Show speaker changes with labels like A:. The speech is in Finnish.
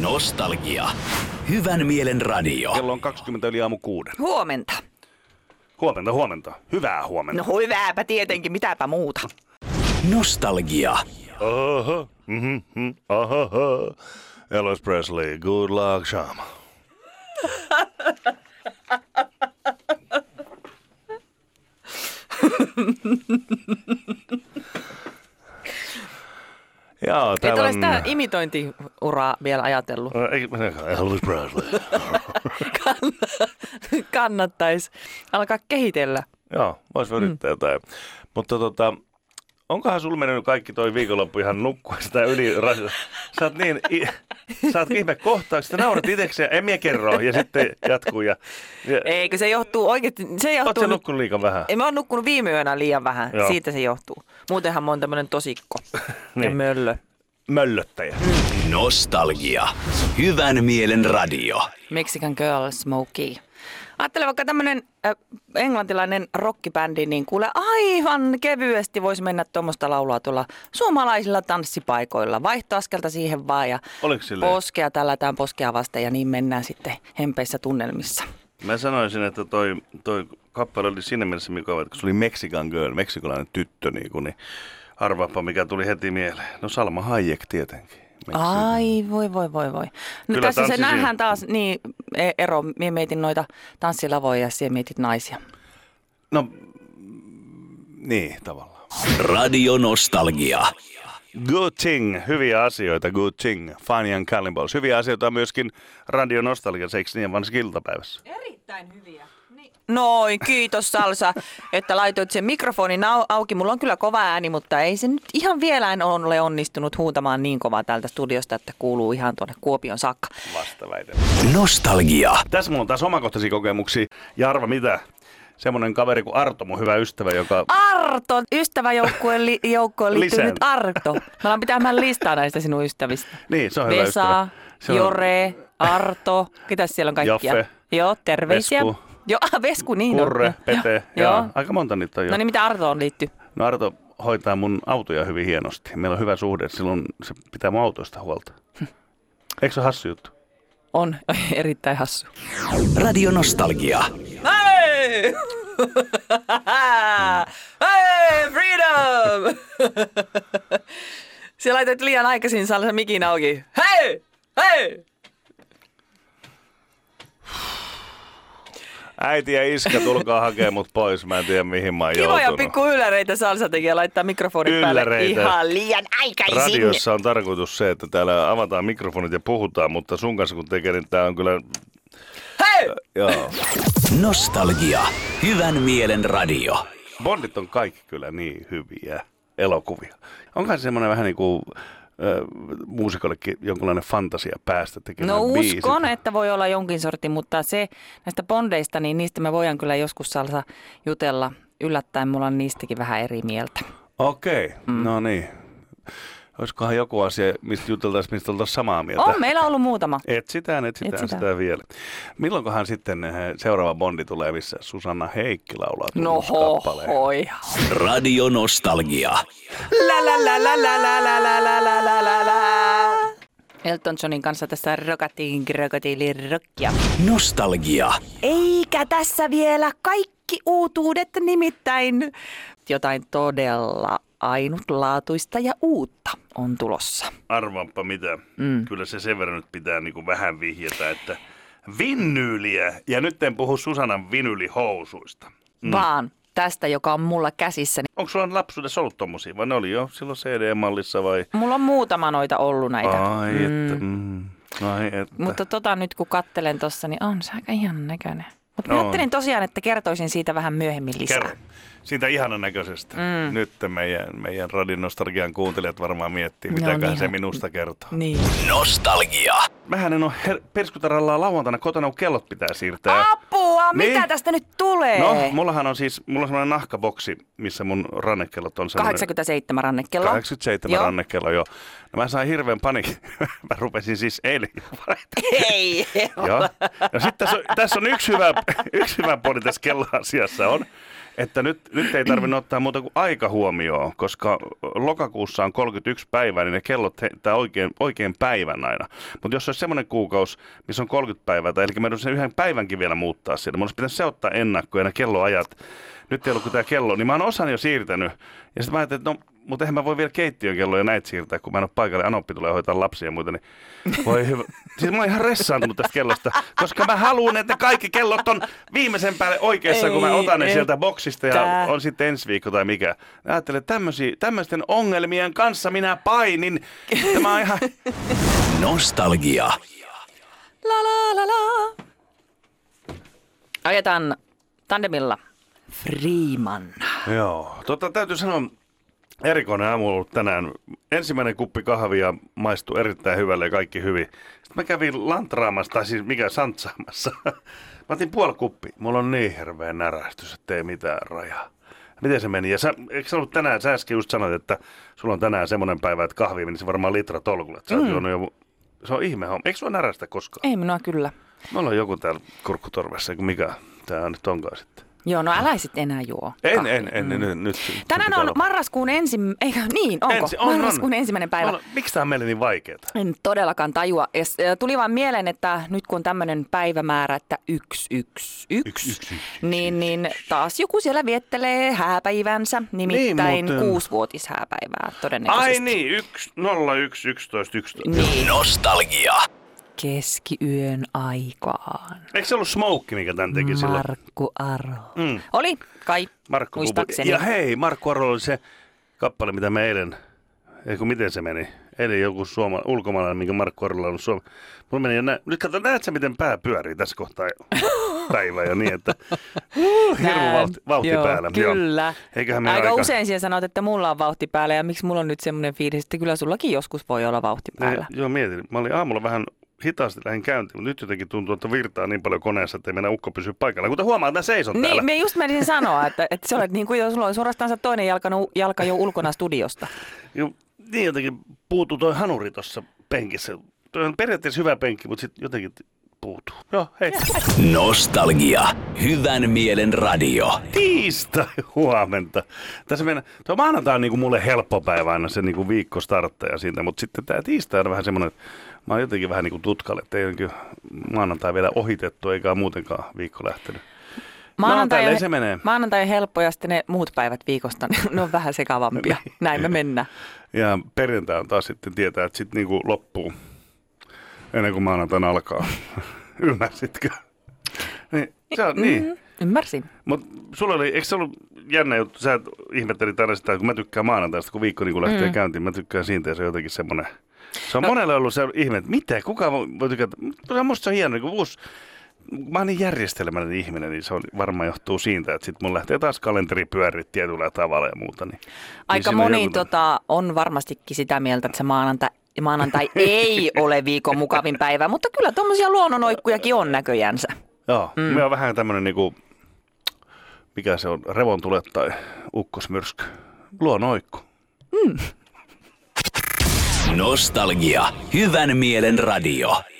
A: Nostalgia. Hyvän mielen radio.
B: Kello on 20 yli aamu kuuden.
C: Huomenta.
B: Huomenta, huomenta. Hyvää huomenta.
C: No hyvääpä tietenkin, mitäpä muuta.
A: Nostalgia.
D: No.
B: Aha, mhm, aha, aha. Elvis Presley, good luck, Shama. Joo,
D: Et
B: täällä
D: ole
B: on...
D: sitä imitointiuraa vielä ajatellut.
B: Ää, Ei minäkään, Elvis Presley.
D: Kannattaisi alkaa kehitellä.
B: Joo, vois yrittää jotain. Mutta tota, onkohan sulla mennyt kaikki toi viikonloppu ihan nukkua sitä yli ras- Sä oot niin, i- sä oot ihme kohtaaksi, sä naurat itsekseen, en mie kerro, ja sitten jatkuu. Ja, ja
D: Eikö se johtuu oikeasti? Se
B: oot
D: johtuu
B: sä
D: nyt...
B: nukkunut liian vähän?
D: Ei, mä oon nukkunut viime yönä liian vähän.
B: Joo.
D: Joo. Siitä se johtuu. Muutenhan mä oon tämmönen tosikko ja
B: Niin.
D: möllö.
B: Möllöttäjä.
A: Nostalgia. Hyvän mielen radio.
D: Mexican Girl Smokey. Ajattele vaikka tämmönen äh, englantilainen rockibändi, niin kuule aivan kevyesti voisi mennä tuommoista laulua tuolla suomalaisilla tanssipaikoilla. Vaihtoaskelta siihen vaan ja
B: Oliko silleen?
D: poskea tällätään poskea vasten ja niin mennään sitten hempeissä tunnelmissa.
B: Mä sanoisin, että toi, toi kappale oli siinä mielessä mukava, että kun se oli Mexican girl, meksikolainen tyttö, niin, kuin, niin arvaapa mikä tuli heti mieleen. No Salma Hayek tietenkin. Mexican.
D: Ai voi voi voi voi. No
B: Kyllä
D: tässä se
B: tanssisi.
D: nähdään taas niin e- ero. Mie mietin noita tanssilavoja ja siellä mietit naisia.
B: No, niin tavallaan.
A: Radio Nostalgia.
B: Good thing, hyviä asioita, good thing, Fine and Cannibals. Hyviä asioita on myöskin Radio Nostalgia, eikö niin, varsinkin iltapäivässä?
D: Erittäin hyviä. Niin. Noin, kiitos Salsa, että laitoit sen mikrofonin au- auki. Mulla on kyllä kova ääni, mutta ei se nyt ihan vielä en ole onnistunut huutamaan niin kovaa täältä studiosta, että kuuluu ihan tuonne Kuopion saakka.
B: Vasta väitän.
A: Nostalgia.
B: Tässä mulla on taas omakohtaisia kokemuksia. Ja arva mitä? Semmonen kaveri kuin Arto, mun hyvä ystävä, joka...
D: Arto, ystäväjoukkueen li- joukkoon liittyy
B: Lisään.
D: nyt Arto. Mä alan pitämään listaa näistä sinun ystävistä.
B: Niin, se on hyvä
D: Vesa,
B: ystävä. Se on-
D: Jore, Arto, ketäs siellä on kaikkia?
B: Jaffe.
D: Joo, terveisiä.
B: Vesku.
D: Joo, ah, Vesku, niin
B: Kurre,
D: on.
B: Pete,
D: Joo.
B: joo.
D: Joo.
B: aika monta niitä on jo.
D: No niin, mitä Artoon liittyy?
B: No Arto hoitaa mun autoja hyvin hienosti. Meillä on hyvä suhde, silloin se pitää mun autoista huolta. Eikö se ole hassu juttu?
D: On erittäin hassu.
A: Radio Nostalgia.
D: Hei! Hei, freedom! Siellä laitoit liian aikaisin salsa mikin auki. Hei! Hei!
B: Äiti ja iskä, tulkaa hakemaan mut pois, mä en tiedä mihin mä oon
D: Kivoja
B: joutunut.
D: pikku yläreitä salsa tekee laittaa mikrofonin päälle
B: Ylläreitä.
D: ihan liian aikaisin.
B: Radiossa on tarkoitus se, että täällä avataan mikrofonit ja puhutaan, mutta sun kanssa kun tekee, niin tää on kyllä...
D: Hei!
B: Joo.
A: Nostalgia. Hyvän mielen radio.
B: Bondit on kaikki kyllä niin hyviä elokuvia. Onkohan se semmoinen vähän niin kuin ö, muusikollekin jonkunlainen fantasia päästä tekemään
D: No
B: biisit?
D: uskon, että voi olla jonkin sortin, mutta se näistä bondeista, niin niistä me voidaan kyllä joskus salsa jutella. Yllättäen mulla on niistäkin vähän eri mieltä.
B: Okei, okay. mm. no niin. Olisikohan joku asia, mistä juteltaisiin, mistä oltaisiin samaa mieltä?
D: On meillä ollut muutama.
B: Etsitään, etsitään, etsitään
D: Etsitään.
B: sitä vielä. Milloinkohan sitten eh, seuraava Bondi tulee, missä Susanna Heikki laulaa
D: No
B: tunnuskappaleen?
D: hoi.
A: Radio Nostalgia.
D: La la la la la la la la la la la la la. Elton Johnin kanssa tässä rokatiin, rokatiin, rokkia.
A: Nostalgia.
D: Eikä tässä vielä kaikki uutuudet, nimittäin jotain todella ainutlaatuista ja uutta on tulossa.
B: Arvaanpa mitä. Mm. Kyllä se sen verran nyt pitää niin kuin vähän vihjata, että vinnyyliä. Ja nyt en puhu Susanan vinylihousuista.
D: Mm. Vaan tästä, joka on mulla käsissä. niin
B: Onko sulla lapsuudessa ollut tommosia? Vai ne oli jo silloin CD-mallissa vai?
D: Mulla on muutama noita ollut näitä.
B: Ai mm. että, mm. Ai että.
D: Mutta tota nyt kun kattelen tossa, niin on se aika ihan näköinen. Mutta mä
B: On.
D: ajattelin tosiaan, että kertoisin siitä vähän myöhemmin lisää.
B: Kerro. Siitä ihanan näköisestä. Mm. Nyt meidän, meidän Radinostargian kuuntelijat varmaan miettii,
D: Ne
B: mitäköhän
D: on ihan-
B: se minusta kertoo.
D: Niin.
A: Nostalgia.
B: Mähän en ole her- perskutarallaan lauantaina kotona, kun kellot pitää siirtää.
D: Apua,
B: Niin.
D: niin. mitä tästä nyt tulee?
B: No, mullahan on siis, mulla on semmoinen nahkaboksi, missä mun rannekellot on semmoinen...
D: 87 rannekello.
B: 87
D: Joo.
B: rannekello, joo. No mä sain hirveän panikin. mä rupesin siis eilen jo-
D: Ei.
B: Joo. No sit tässä on, tässä on yksi, hyvä, yksi hyvä puoli tässä kelloasiassa on, että nyt, nyt ei tarvinnut ottaa muuta kuin aika huomioon, koska lokakuussa on 31 päivää, niin ne kellot heittää oikein, oikein päivän aina. Mutta jos se olisi semmoinen kuukausi, missä on 30 päivää, tai eli meidän sen yhden päivänkin vielä muuttaa siellä, mun olisi pitänyt se ottaa ennakkoon ja ne kelloajat. Nyt ei ollut kuin tämä kello, niin mä oon osan jo siirtänyt. Ja sitten mä ajattelin, että no, mutta eihän mä voi vielä keittiön kelloja näitä siirtää, kun mä en ole paikalla. Anoppi tulee hoitaa lapsia ja muuta, niin voi hyvä. Siis mä oon ihan ressaantunut tästä kellosta, koska mä haluan, että kaikki kellot on viimeisen päälle oikeassa, kun mä
D: Ei,
B: otan ne
D: ei.
B: sieltä boksista ja
D: Tää.
B: on sitten ensi viikko tai mikä. Mä ajattelin, että tämmösi- tämmöisten ongelmien kanssa minä painin. Tämä on ihan...
A: Nostalgia.
D: La la la la. Ajetaan tandemilla Freeman.
B: Joo, tota, täytyy sanoa, erikoinen aamu ollut tänään. Ensimmäinen kuppi kahvia maistui erittäin hyvälle ja kaikki hyvin. Sitten mä kävin lantraamassa, tai siis mikä, santsaamassa. Mä otin puoli kuppi. Mulla on niin hirveä närästys, että ei mitään rajaa. Miten se meni? Ja sä, eikö sä ollut tänään, sä äsken just sanoit, että sulla on tänään semmoinen päivä, että kahvi menisi varmaan litra tolkulle. Että sä mm. jo, se on ihme homma. Eikö sua närästä koskaan?
D: Ei minua kyllä.
B: Mulla on joku täällä kurkkutorvessa, eikö mikä tää nyt onkaan sitten.
D: Joo, no älä sit enää juo.
B: En,
D: kahvia.
B: en, en, en, nyt- nyt.
D: Mm. Tänään
B: pitää
D: on
B: lopettaa.
D: marraskuun ensimmäinen, eikö niin, onko?
B: Ensi- on, on.
D: marraskuun ensimmäinen päivä.
B: Mä olen- Miksi tämä on meille niin vaikeaa?
D: En todellakaan tajua. Es- äh, Tuli vaan mieleen, että nyt kun on tämmöinen päivämäärä, että yksi, yksi, yksi, niin, niin taas joku siellä viettelee hääpäivänsä, nimittäin
B: muuten.
D: niin, kuusivuotishääpäivää todennäköisesti.
B: Ai niin, yksi, nolla, yksi, yksitoista, yksitoista.
D: niin.
A: Nostalgia.
D: Keskiyön aikaan.
B: Eikö se ollut Smoke, mikä tämän teki silloin?
D: Markku Aro. Mm. Oli kai,
B: Markku Kubu-
D: muistaakseni.
B: Ja hei, Markku Arvo oli se kappale, mitä me eilen, eikö miten se meni? Eilen joku suoma, ulkomaalainen, minkä Markku Arvolla on suoma. Mulla meni jo nä- Nyt kato, näet sä, miten pää pyörii tässä kohtaa päivää ja niin, että uh, hirveä
D: Näen.
B: vauhti, vauhti
D: Joo,
B: päällä.
D: Kyllä.
B: Joo. Eiköhän meillä
D: aika, usein siellä sanot, että mulla on vauhti päällä ja miksi mulla on nyt semmoinen fiilis, että kyllä sullakin joskus voi olla vauhti
B: Niin.
D: päällä.
B: Ne, joo, mietin. Mä olin aamulla vähän hitaasti lähin käyntiin, mutta nyt jotenkin tuntuu, että virtaa niin paljon koneessa, että ei mennä ukko pysyä paikalla. Kuten huomaa, että mä seison täällä.
D: Niin, me just menisin sanoa, että, että sä olet niin kuin jo, sulla on suorastaan toinen jalka, nu- jalka jo ulkona studiosta.
B: Ju- Niin jotenkin puutuu toi hanuri tuossa penkissä. Toi on periaatteessa hyvä penkki, mutta sitten jotenkin puutuu. Joo, hei.
A: Nostalgia. Hyvän mielen radio.
B: Tiistai huomenta. Tässä mennä, tuo maanantai on niinku mulle helppo päivä aina se niinku viikko starttaa ja siitä, mutta sitten tämä tiistai on vähän semmoinen, että mä oon jotenkin vähän niinku tutkalle, että ei ole kyllä maanantai vielä ohitettu eikä ole muutenkaan viikko lähtenyt. Maanantaille se menee.
D: maanantai on helppo ja sitten ne muut päivät viikosta, niin ne on vähän sekavampia. Näin me mennään.
B: Ja perjantai on taas sitten tietää, että sitten niinku loppuu ennen kuin maanantaina alkaa. Ymmärsitkö? Niin, se on,
D: Mm-hmm.
B: niin.
D: Ymmärsin.
B: Mutta sulla oli, eikö se ollut jännä juttu, sä ihmettelit aina sitä, kun mä tykkään maanantaista, kun viikko niin kun lähtee mm. käyntiin, mä tykkään siitä ja se on jotenkin semmoinen. Se on no. monelle ollut se ihme, että mitä, kuka voi voi tykätä, mutta musta se on hieno, niin kun uusi, mä oon niin järjestelmällinen ihminen, niin se on, varmaan johtuu siitä, että sit mun lähtee taas kalenteri pyörit tietyllä tavalla ja muuta. Niin, niin
D: Aika
B: siinä on
D: moni
B: joku-
D: tota, on varmastikin sitä mieltä, että se maanantai, maanantai ei ole viikon mukavin päivä, mutta kyllä tuommoisia luonnonoikkujakin on näköjänsä.
B: Joo, mm. me on vähän tämmöinen niinku, mikä se on, revontulet tai ukkosmyrsky. Luonoikku.
A: Nostalgia. Hyvän mielen radio.